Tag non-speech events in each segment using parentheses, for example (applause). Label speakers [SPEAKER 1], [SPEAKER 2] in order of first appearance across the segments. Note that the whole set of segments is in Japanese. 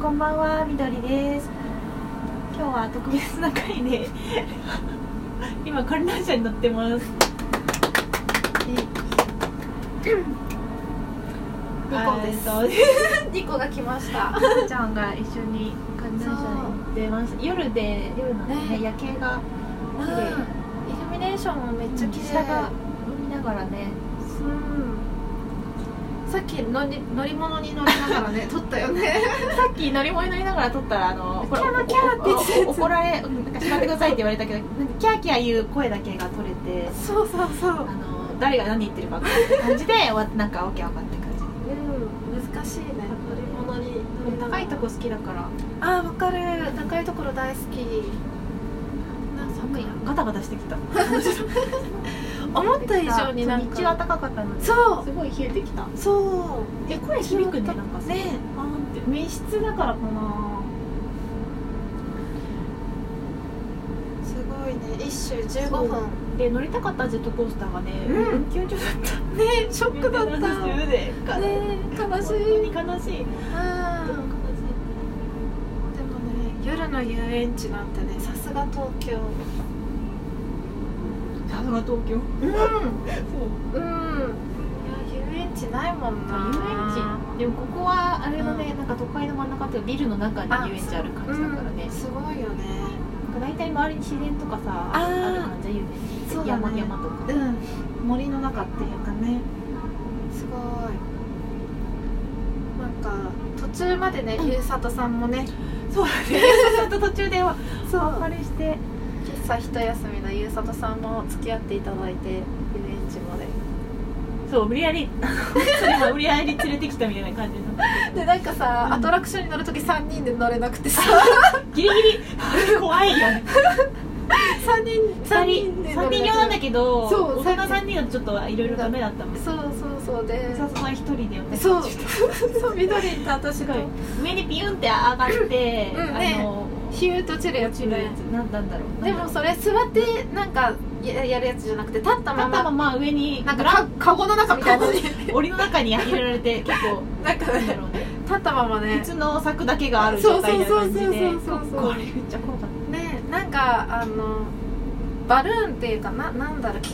[SPEAKER 1] こんばんは、みどりです。今日は特別な回で今観覧車に乗ってます。
[SPEAKER 2] ニコです
[SPEAKER 1] あーえっ
[SPEAKER 2] ニコが来ました
[SPEAKER 1] と。さっちゃんが一緒に観覧車に行ってます。夜で夜なんでね
[SPEAKER 2] ね
[SPEAKER 1] 夜景が
[SPEAKER 2] うんイルミネーションもめっちゃ綺麗
[SPEAKER 1] 下が見ながらね。
[SPEAKER 2] うんさっきのり乗り物に乗りながら (laughs) ね撮ったよね
[SPEAKER 1] さっき乗り物に乗りながら撮ったらあの
[SPEAKER 2] キャーキャーって言ってたやつ
[SPEAKER 1] 怒られなんか叱ってくださいって言われたけどなんかキャーキャー言う声だけが取れて。
[SPEAKER 2] そうそうそう
[SPEAKER 1] あの誰が何言ってるか分かんない感じで終わっなんかわけわかんない感じ
[SPEAKER 2] うん難しいね乗り物に乗りなが
[SPEAKER 1] 高
[SPEAKER 2] ら
[SPEAKER 1] いとこ好きだから
[SPEAKER 2] あーわかる高いところ大好きなん寒い
[SPEAKER 1] ガタガタしてきた
[SPEAKER 2] な思った以上になん
[SPEAKER 1] 日中は
[SPEAKER 2] か
[SPEAKER 1] 高かったのに
[SPEAKER 2] そう
[SPEAKER 1] すごい冷えてきた
[SPEAKER 2] そう
[SPEAKER 1] え声響くねなんか
[SPEAKER 2] ね
[SPEAKER 1] あーんって密室だからかな
[SPEAKER 2] すごいね一周15分
[SPEAKER 1] で乗りたかったジェットコースターがね、
[SPEAKER 2] うん
[SPEAKER 1] 運休所だった
[SPEAKER 2] ねショックだったね
[SPEAKER 1] で悲
[SPEAKER 2] 悲し
[SPEAKER 1] 本
[SPEAKER 2] い
[SPEAKER 1] 当に悲しい、
[SPEAKER 2] うんでもね夜の遊園地なんてねさすが東京
[SPEAKER 1] さすが東京
[SPEAKER 2] うん
[SPEAKER 1] そう
[SPEAKER 2] うんいや遊園地ないもん
[SPEAKER 1] 遊
[SPEAKER 2] な
[SPEAKER 1] 園地でもここはあれだね、なんか都会の真ん中っていうかビルの中に遊園地ある感じだからね、
[SPEAKER 2] うんすごいよね
[SPEAKER 1] なんか大体周りに自然とかさ
[SPEAKER 2] あ
[SPEAKER 1] あ
[SPEAKER 2] ー
[SPEAKER 1] る感じだよね
[SPEAKER 2] そうだね
[SPEAKER 1] 山々とか、
[SPEAKER 2] うん森の中っていうかねすごいなんか途中までね、
[SPEAKER 1] うん
[SPEAKER 2] ゆうさとさんもね
[SPEAKER 1] そうだねちょっと途中では
[SPEAKER 2] そう
[SPEAKER 1] あれして
[SPEAKER 2] 喫茶一休みのゆうさとさんも付き合っていただいて遊園地まで
[SPEAKER 1] そう無理やりそれも無理やり連れてきたみたいな感じの
[SPEAKER 2] でなんかさ、
[SPEAKER 1] うん
[SPEAKER 2] アトラクションに乗る時3人で乗れなく
[SPEAKER 1] (laughs)
[SPEAKER 2] てさ
[SPEAKER 1] ギリギリ怖いよね
[SPEAKER 2] 3人
[SPEAKER 1] 3
[SPEAKER 2] 三
[SPEAKER 1] 人
[SPEAKER 2] で乗れ
[SPEAKER 1] 三
[SPEAKER 2] なくて
[SPEAKER 1] 人用なんだけど
[SPEAKER 2] そ
[SPEAKER 1] 大
[SPEAKER 2] う
[SPEAKER 1] 人3人だとちょっといろいろダメだったもん
[SPEAKER 2] そうそうそうで
[SPEAKER 1] さすが一人でよね
[SPEAKER 2] そ
[SPEAKER 1] (laughs)
[SPEAKER 2] う
[SPEAKER 1] ちょっ
[SPEAKER 2] そう緑と私
[SPEAKER 1] とす
[SPEAKER 2] と
[SPEAKER 1] ごい上にピュンって上がって、
[SPEAKER 2] うんね
[SPEAKER 1] あの
[SPEAKER 2] ヒューと落ちるやつ
[SPEAKER 1] 落ちるやつ何なんだろう
[SPEAKER 2] でもそれ座ってなんかややるやつじゃなくて立ったま
[SPEAKER 1] 頭
[SPEAKER 2] ま
[SPEAKER 1] まあ上に
[SPEAKER 2] なんかかカゴの中みたいなのに
[SPEAKER 1] 檻の中に入れられて結構
[SPEAKER 2] なんか
[SPEAKER 1] なんだ
[SPEAKER 2] ね
[SPEAKER 1] ろうね
[SPEAKER 2] 立ったままね
[SPEAKER 1] 別の柵だけがある状態な感じで
[SPEAKER 2] そうそうそうそうそうそ
[SPEAKER 1] こ
[SPEAKER 2] う
[SPEAKER 1] れめっちゃ怖かっ
[SPEAKER 2] ねなんかあのバルーンっていうかななんだろう気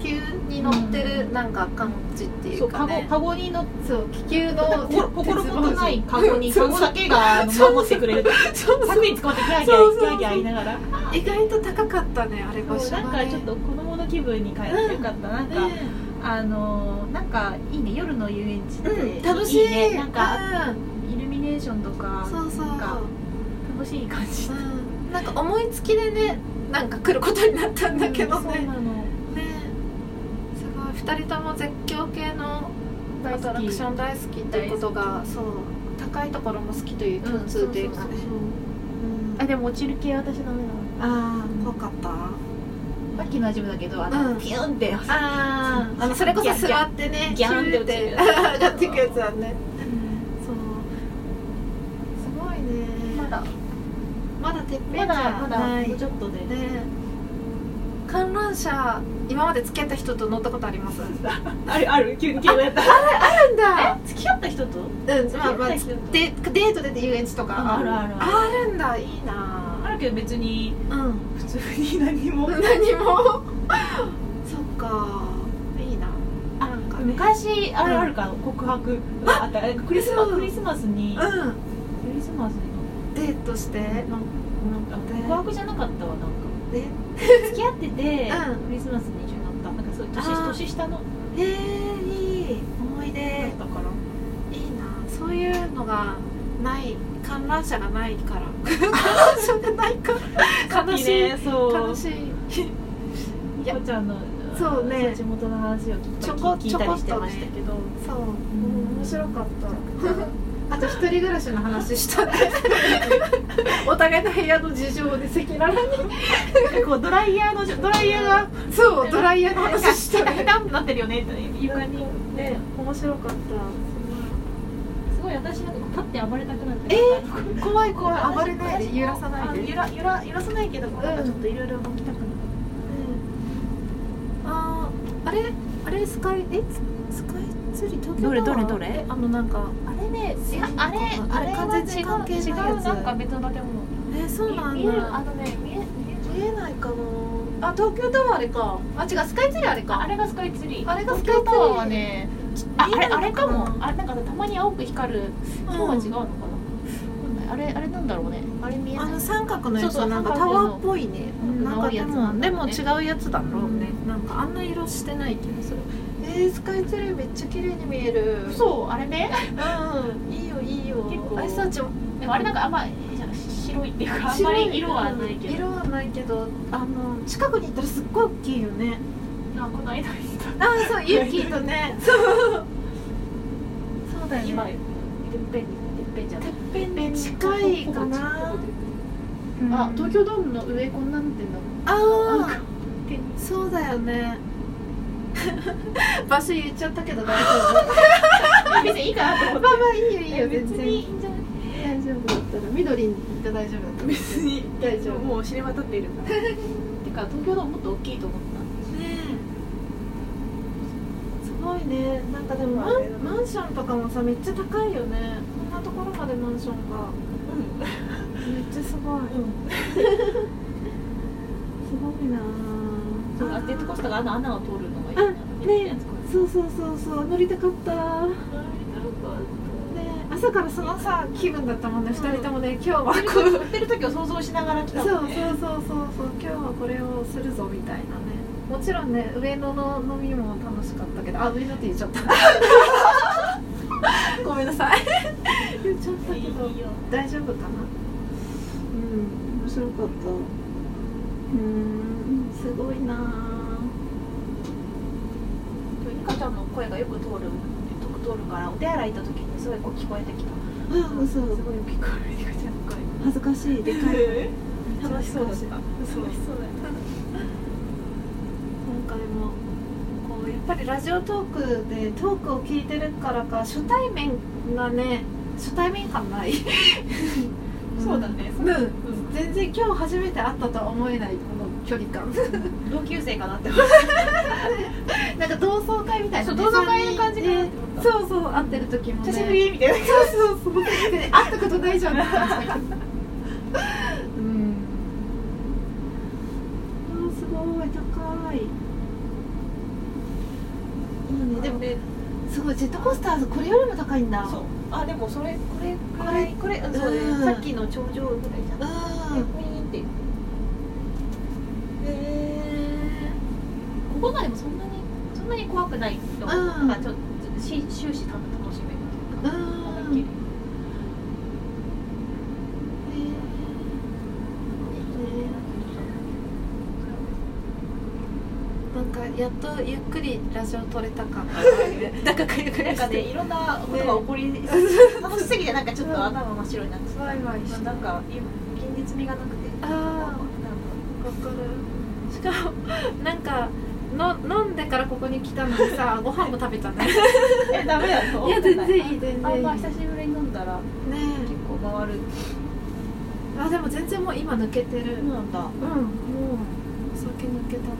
[SPEAKER 2] 球に乗ってる
[SPEAKER 1] うん
[SPEAKER 2] なんか感じって
[SPEAKER 1] た
[SPEAKER 2] い
[SPEAKER 1] そううカ
[SPEAKER 2] か
[SPEAKER 1] ゴ
[SPEAKER 2] ね
[SPEAKER 1] カゴに乗って
[SPEAKER 2] そう気球の
[SPEAKER 1] 心心もとないカゴに
[SPEAKER 2] そ
[SPEAKER 1] カ
[SPEAKER 2] う
[SPEAKER 1] ゴ
[SPEAKER 2] そう
[SPEAKER 1] だけがあの守ってくれる
[SPEAKER 2] そうそう
[SPEAKER 1] 柵に使ってギャーギャ
[SPEAKER 2] そう
[SPEAKER 1] ーギ
[SPEAKER 2] そうそう
[SPEAKER 1] ャーギャー言いながら
[SPEAKER 2] 意外と高かったねあれ場
[SPEAKER 1] そう
[SPEAKER 2] 所
[SPEAKER 1] なん
[SPEAKER 2] が
[SPEAKER 1] か
[SPEAKER 2] ね
[SPEAKER 1] ちょっと子供の気分に変えてよかったなんか
[SPEAKER 2] ね
[SPEAKER 1] あのーなんかいいね夜の遊園地って
[SPEAKER 2] うん楽しい
[SPEAKER 1] ねなんか
[SPEAKER 2] うん
[SPEAKER 1] イルミネーションとか
[SPEAKER 2] そうそう
[SPEAKER 1] なんか楽しい感じ
[SPEAKER 2] うんなんか思いつきでねなんか来ることに (laughs) なったんだけど
[SPEAKER 1] うんそう
[SPEAKER 2] ね
[SPEAKER 1] なの
[SPEAKER 2] ねすごい2人とも絶叫系のアトラクション大好きっていうことがそう高いところも好きという共通点がね
[SPEAKER 1] そうそうそう
[SPEAKER 2] うん
[SPEAKER 1] あでも落ちる系私ダメなの
[SPEAKER 2] あー怖かった
[SPEAKER 1] さっきの味もだけどあの、
[SPEAKER 2] うん
[SPEAKER 1] ピュンっ
[SPEAKER 2] (laughs)
[SPEAKER 1] て
[SPEAKER 2] あーあのそれこそ座ってね
[SPEAKER 1] ギャンギャンギャンって落ちる
[SPEAKER 2] (laughs) 上がっていくやつだねそうすごいね
[SPEAKER 1] まだ
[SPEAKER 2] まだてっぺ
[SPEAKER 1] ま
[SPEAKER 2] んじ
[SPEAKER 1] だ
[SPEAKER 2] ゃ
[SPEAKER 1] ま
[SPEAKER 2] な
[SPEAKER 1] だ
[SPEAKER 2] い
[SPEAKER 1] もうちょっとでね
[SPEAKER 2] ね観覧車今まで付き合った人と乗ったことあります
[SPEAKER 1] あるある急に急にやった
[SPEAKER 2] なんだ
[SPEAKER 1] え付き合った人と
[SPEAKER 2] うんまあま
[SPEAKER 1] 付き合っ
[SPEAKER 2] あ
[SPEAKER 1] た人と
[SPEAKER 2] でデートで遊園地とか
[SPEAKER 1] あるあるあ
[SPEAKER 2] あるんだいいな
[SPEAKER 1] あるけど別に
[SPEAKER 2] うん
[SPEAKER 1] 普通に何も
[SPEAKER 2] 何もそっかいいな
[SPEAKER 1] あ
[SPEAKER 2] なんかね
[SPEAKER 1] 昔あるあるか告白あったクリスマ
[SPEAKER 2] うん
[SPEAKER 1] クリスマスにク
[SPEAKER 2] う
[SPEAKER 1] リスマスに
[SPEAKER 2] んデートして
[SPEAKER 1] なんかなんか
[SPEAKER 2] ね
[SPEAKER 1] 告白じゃなかったわなんか
[SPEAKER 2] ね
[SPEAKER 1] 付き合ってて
[SPEAKER 2] うん
[SPEAKER 1] クリスマスに一緒になったなんかそういう
[SPEAKER 2] あー
[SPEAKER 1] 年年下の
[SPEAKER 2] へえいい思い出
[SPEAKER 1] だったから
[SPEAKER 2] いいなそういうのがない観覧車がないから観覧車がないから悲しい
[SPEAKER 1] ねそう
[SPEAKER 2] 悲しい
[SPEAKER 1] ニコちゃんの
[SPEAKER 2] そうね
[SPEAKER 1] 地元の話を聞いた
[SPEAKER 2] ちょこ
[SPEAKER 1] 聞いたりしてましたけど、
[SPEAKER 2] そう、
[SPEAKER 1] ん
[SPEAKER 2] 面白かった。 (laughs) あと一人暮らしの話したね。 (laughs) お互いの部屋の事情で赤裸々に。
[SPEAKER 1] なんかこうドライヤーのドライヤーが
[SPEAKER 2] そう、ドライヤーの話し
[SPEAKER 1] ペ
[SPEAKER 2] た
[SPEAKER 1] タペ
[SPEAKER 2] ね。
[SPEAKER 1] タってなってるよねって床に
[SPEAKER 2] ね、面白かっ
[SPEAKER 1] すごい私なんか立って暴れたくなって
[SPEAKER 2] え
[SPEAKER 1] ー、
[SPEAKER 2] た。怖い怖い、暴れないで、揺らさない
[SPEAKER 1] あ
[SPEAKER 2] で。
[SPEAKER 1] 揺ら揺ら揺らさないけどなんかちょっといろいろ動きたくなる、
[SPEAKER 2] ああ、あれ、あれスカイ、え、ススカイツリー、東京タワー
[SPEAKER 1] どれどれどれ
[SPEAKER 2] えあの、なんか、あれ、
[SPEAKER 3] れね
[SPEAKER 2] いやあれあれ
[SPEAKER 3] 完
[SPEAKER 2] 完
[SPEAKER 3] 全
[SPEAKER 2] 全
[SPEAKER 3] に違
[SPEAKER 2] に
[SPEAKER 3] う違
[SPEAKER 2] 違う違
[SPEAKER 3] う
[SPEAKER 2] う
[SPEAKER 3] なんか
[SPEAKER 1] 別の建物
[SPEAKER 2] えそうなん
[SPEAKER 1] 見えるあ
[SPEAKER 2] だ
[SPEAKER 1] のね見え見え
[SPEAKER 3] 見えないかな
[SPEAKER 2] あ東京タワーあれかあ違うスカイツリーあれか
[SPEAKER 1] あれがスカイツリー
[SPEAKER 2] あれがスカイツリー
[SPEAKER 1] 東京タワーはねああ
[SPEAKER 2] 見
[SPEAKER 1] れ
[SPEAKER 2] えないのかな
[SPEAKER 1] あれかもあなんかさたまに青く光る今日は違うのかな、あれあれなんだろうねあれ見え
[SPEAKER 2] あ
[SPEAKER 1] ない
[SPEAKER 2] の三角のやつ
[SPEAKER 1] そうそ
[SPEAKER 2] は
[SPEAKER 1] う
[SPEAKER 2] なんか
[SPEAKER 1] 三
[SPEAKER 2] タ
[SPEAKER 1] 角の
[SPEAKER 2] ワーっぽいね
[SPEAKER 1] うん
[SPEAKER 2] なんかで
[SPEAKER 1] 青いやつ
[SPEAKER 2] もでも違うやつだろうねなんかあんな色してない気がするえー、スカイツリーめっちゃ綺麗に見える
[SPEAKER 1] そうあれね
[SPEAKER 2] うんいいよいいよ
[SPEAKER 1] 結構
[SPEAKER 2] アイスたちも
[SPEAKER 1] でもあれなんかあんま白いっていうかあんまり色はないけど
[SPEAKER 2] 色はないけどあの近くに行ったらすっごい大きいよね
[SPEAKER 1] あこの間見た
[SPEAKER 2] ああそうユッキーとね (laughs) そうそうだよ
[SPEAKER 1] 今
[SPEAKER 2] ね
[SPEAKER 1] てっぺんてっぺんじゃない
[SPEAKER 2] てっぺんに近いかな
[SPEAKER 1] あ東京ドームの上こんなんてんだ
[SPEAKER 2] ああ
[SPEAKER 1] 天
[SPEAKER 2] そうだよ (laughs) ね場所言っちゃったけど大 (laughs) 丈夫
[SPEAKER 1] 別にいいかなと思っ
[SPEAKER 2] まあまあいいよいい
[SPEAKER 1] て
[SPEAKER 2] よ
[SPEAKER 1] 別
[SPEAKER 2] 全然
[SPEAKER 1] にいいんじゃない
[SPEAKER 2] 大丈夫だったら緑に行ったら大丈夫だったら
[SPEAKER 3] 別に
[SPEAKER 2] 大丈夫
[SPEAKER 3] もう知れ渡っているから
[SPEAKER 1] てか東京ドームもっと大きいと思った
[SPEAKER 2] ねえすごいねなんかでもマンマンションとかもさめっちゃ高いよねこんなところまでマンションがめっちゃ (laughs) すごい、すごいなあ
[SPEAKER 1] そうあジェットコースターがあの穴を通るのがいいな
[SPEAKER 2] あねそうそうそうそう乗りたかったね朝からそのさ気分だったもんね、
[SPEAKER 1] ん
[SPEAKER 2] 二人ともね今日はこう
[SPEAKER 1] こう売ってる時を想像しながら来
[SPEAKER 2] そ
[SPEAKER 1] た
[SPEAKER 2] うそ
[SPEAKER 1] も
[SPEAKER 2] う
[SPEAKER 1] んね
[SPEAKER 2] そうそうそう今日はこれをするぞみたいなねもちろんね上野の飲みも楽しかったけどあ上野って言っちゃったごめんなさい言っちゃったけど
[SPEAKER 1] いいよ
[SPEAKER 2] 大丈夫かなうん面白かったうんすごいなあ
[SPEAKER 1] ゆかちゃんの声がよく通るよく通るからお手洗い行った時にすごいこう聞こえてきた
[SPEAKER 2] あ嘘
[SPEAKER 1] すごいよく聞こえてきたの声
[SPEAKER 2] 恥ずかしいでかい
[SPEAKER 1] 楽しそうだったそうそうだよ
[SPEAKER 2] なんかでもこうやっぱりラジオトークでトークを聞いてるからか初対面がね初対面感 (laughs) ない
[SPEAKER 1] そうだね
[SPEAKER 2] うん、全然今日初めて会ったとは思えないこの距離感
[SPEAKER 1] 同級生かなって
[SPEAKER 2] (laughs) なんか同窓会みたいなね、
[SPEAKER 1] そう同窓会の感じかなって思った
[SPEAKER 2] そうそう会ってる時もね
[SPEAKER 1] 久しぶりみたいな
[SPEAKER 2] そうそうそうで会ったことないじゃんって感じうんあーすごい高いいいねでも
[SPEAKER 1] ね
[SPEAKER 2] すごいジェットコースターこれよりも高いんだ
[SPEAKER 1] そうあでもそれこれ
[SPEAKER 2] こ
[SPEAKER 1] こ
[SPEAKER 2] れ
[SPEAKER 1] れこれあそうね
[SPEAKER 2] うん
[SPEAKER 1] さっきの頂上ぐらいじゃんでウィ
[SPEAKER 2] うん
[SPEAKER 1] ーンって
[SPEAKER 2] へ
[SPEAKER 1] ここまでもそんなにそんなに怖くないと思う、
[SPEAKER 2] うん
[SPEAKER 1] なんかちょっとし終始楽しめると
[SPEAKER 2] え
[SPEAKER 1] いううか思いっき
[SPEAKER 2] ん
[SPEAKER 1] り
[SPEAKER 2] なんかやっとゆっくりラジオ撮れた感が (laughs) なんかかゆく
[SPEAKER 1] なんかね、いろんなことが起こり、楽しすぎてなんかちょっと頭真っ白になって
[SPEAKER 2] ワイワイ
[SPEAKER 1] た、
[SPEAKER 2] して
[SPEAKER 1] なんか現実味がなくて
[SPEAKER 2] あーわかるしかもなんかの飲んでからここに来たのにさご飯も食べたね
[SPEAKER 1] えダメだと
[SPEAKER 2] いや全然いい全然いい
[SPEAKER 1] あんま久しぶりに飲んだら
[SPEAKER 2] ね
[SPEAKER 1] 結構回る
[SPEAKER 2] えあでも全然もう今抜けてるうんもう
[SPEAKER 1] なんだ
[SPEAKER 2] お酒抜けたな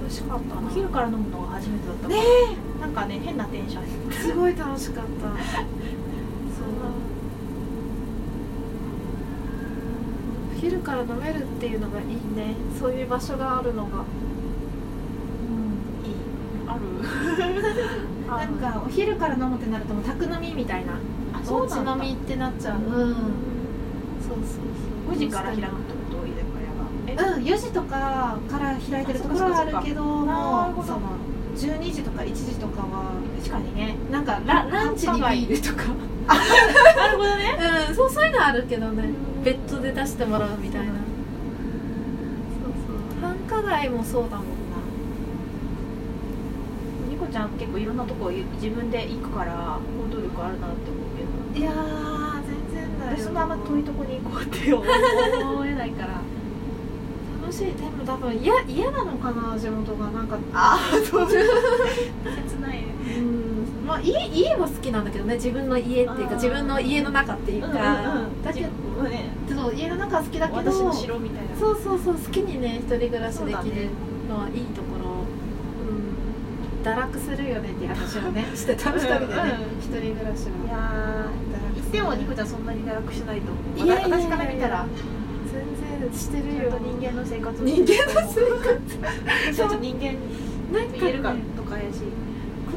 [SPEAKER 2] 美味しかった
[SPEAKER 1] お
[SPEAKER 2] な
[SPEAKER 1] 昼から飲むのが初めてだったから
[SPEAKER 2] ね
[SPEAKER 1] なんかね変なテンション
[SPEAKER 2] えすごい楽しかったそうお昼から飲めるっていうのがいいねそういう場所があるのが
[SPEAKER 1] いいある
[SPEAKER 2] な
[SPEAKER 1] なんんか
[SPEAKER 2] かお昼から飲むってなるともう宅飲みみたいな
[SPEAKER 1] あ
[SPEAKER 2] お
[SPEAKER 1] そう
[SPEAKER 2] うち
[SPEAKER 1] なんだ
[SPEAKER 2] 飲みってなっちゃううんそうそうそう
[SPEAKER 1] 5時から開くって
[SPEAKER 2] く
[SPEAKER 1] こと居酒屋が
[SPEAKER 2] うん4時とかから開いてるところはあるけど
[SPEAKER 1] あ
[SPEAKER 2] も
[SPEAKER 1] そっか
[SPEAKER 2] うそ
[SPEAKER 1] そっか
[SPEAKER 2] の12時とか1時とかは
[SPEAKER 1] え確かにね
[SPEAKER 2] なんかラランチにビールとか
[SPEAKER 1] なるほどね
[SPEAKER 2] うんそうそういうのあるけどねベッドで出してもらうみたいなそうそう繁華街もそうだもん
[SPEAKER 1] ニコちゃん結構いろんなとこ自分で行くから行動力あるなって思うけど
[SPEAKER 2] ないやー全然だよ
[SPEAKER 1] 私そんなあんま遠いとこに行こうって思えないから
[SPEAKER 2] 楽しいでも多分嫌嫌なのかな地元がなんか
[SPEAKER 1] (laughs) ああ (laughs) そう切ない
[SPEAKER 2] うんまあ、家家は好きなんだけどね自分の家っていう
[SPEAKER 1] あー
[SPEAKER 2] か自分の家の中っていうか、だ
[SPEAKER 1] だ
[SPEAKER 2] け
[SPEAKER 1] けどね
[SPEAKER 2] どそう家の中は好きだけど
[SPEAKER 1] 私の
[SPEAKER 2] そう
[SPEAKER 1] 城みたいな
[SPEAKER 2] そうそう好きにね一人暮らしできるのはいいところ、うん堕落するよねっていう話をねしてた
[SPEAKER 4] うん
[SPEAKER 2] 二人で
[SPEAKER 4] う
[SPEAKER 2] ね
[SPEAKER 4] ん
[SPEAKER 2] 一人暮らし
[SPEAKER 1] い
[SPEAKER 2] は
[SPEAKER 1] やー
[SPEAKER 2] 堕落
[SPEAKER 1] いつでもニコちゃんそんなに堕落しないと思う
[SPEAKER 2] いやいやいや
[SPEAKER 1] 私から見たら
[SPEAKER 2] 全然して
[SPEAKER 1] ちゃん
[SPEAKER 2] るよ
[SPEAKER 1] と人間の生活を
[SPEAKER 2] 人間の
[SPEAKER 1] 生活ちゃんと人間
[SPEAKER 2] なん
[SPEAKER 1] と言える
[SPEAKER 2] か、
[SPEAKER 1] か
[SPEAKER 2] ね、
[SPEAKER 1] とかやし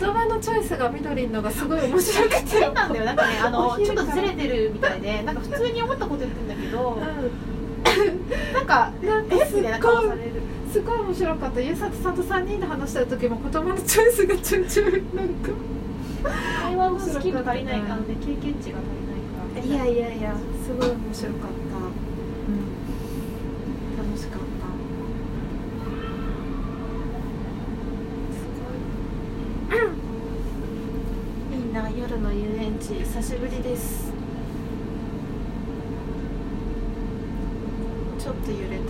[SPEAKER 2] 言葉のチョイスが緑のがすごい面白くて
[SPEAKER 1] そうなんだよなんかねあ
[SPEAKER 2] お
[SPEAKER 1] のちょ
[SPEAKER 2] 昼
[SPEAKER 1] っ
[SPEAKER 2] か
[SPEAKER 1] と
[SPEAKER 2] ら
[SPEAKER 1] ずれてるみたいでなんか普通に思ったこと言ってんだけど
[SPEAKER 2] う
[SPEAKER 1] なんか
[SPEAKER 2] んなん
[SPEAKER 1] え
[SPEAKER 2] か
[SPEAKER 1] っ
[SPEAKER 2] すっ
[SPEAKER 1] みたいな顔
[SPEAKER 2] ご
[SPEAKER 1] さ
[SPEAKER 2] い
[SPEAKER 1] れる
[SPEAKER 2] すごい面白かった優作さんと3人で話してる時も言葉のチョイスがちょいちょいなんか
[SPEAKER 1] 会話のスキル足りないからね経験値が足りないから
[SPEAKER 2] いやいやすごい面白かった、うん、楽しかったすごい、うん、いいな夜の遊園地久しぶりですちょっと揺れてる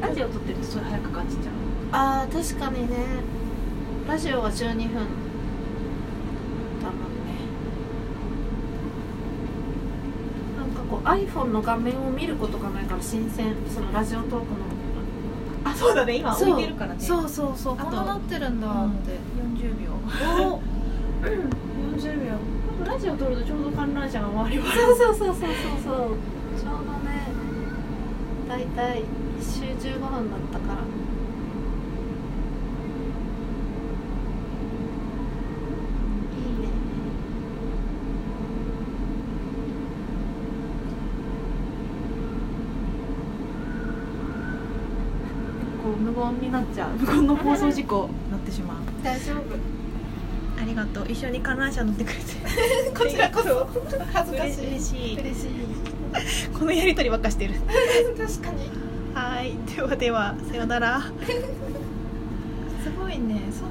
[SPEAKER 1] ラジオ撮ってるとそれ早く感じちゃう
[SPEAKER 2] あー確かにねラジオは12分だもんねなんかこう iPhone の画面を見ることがないから新鮮そのラジオトークの
[SPEAKER 1] あそうだね今置いてるからね
[SPEAKER 2] そうそうそう
[SPEAKER 1] あと
[SPEAKER 2] こんななってるんだ
[SPEAKER 1] うん
[SPEAKER 2] って、
[SPEAKER 1] 40秒
[SPEAKER 2] お
[SPEAKER 1] 40秒ラジオ撮るとちょうど観覧車が回ります
[SPEAKER 2] そうそうそうそうそうそうちょうどねだいたい1周15分だったからいいね
[SPEAKER 1] こう無言になっちゃう無言の放送事故なってしまう
[SPEAKER 2] 大丈
[SPEAKER 1] (laughs)
[SPEAKER 2] 夫
[SPEAKER 1] ありがとう一緒に観覧車乗ってくれて
[SPEAKER 2] こちらこそ (laughs) 恥ずかしい
[SPEAKER 1] 嬉しい
[SPEAKER 2] 嬉しい
[SPEAKER 1] このやりとりばっかしてる
[SPEAKER 2] 確かに
[SPEAKER 1] はいではではさよならすごいねそん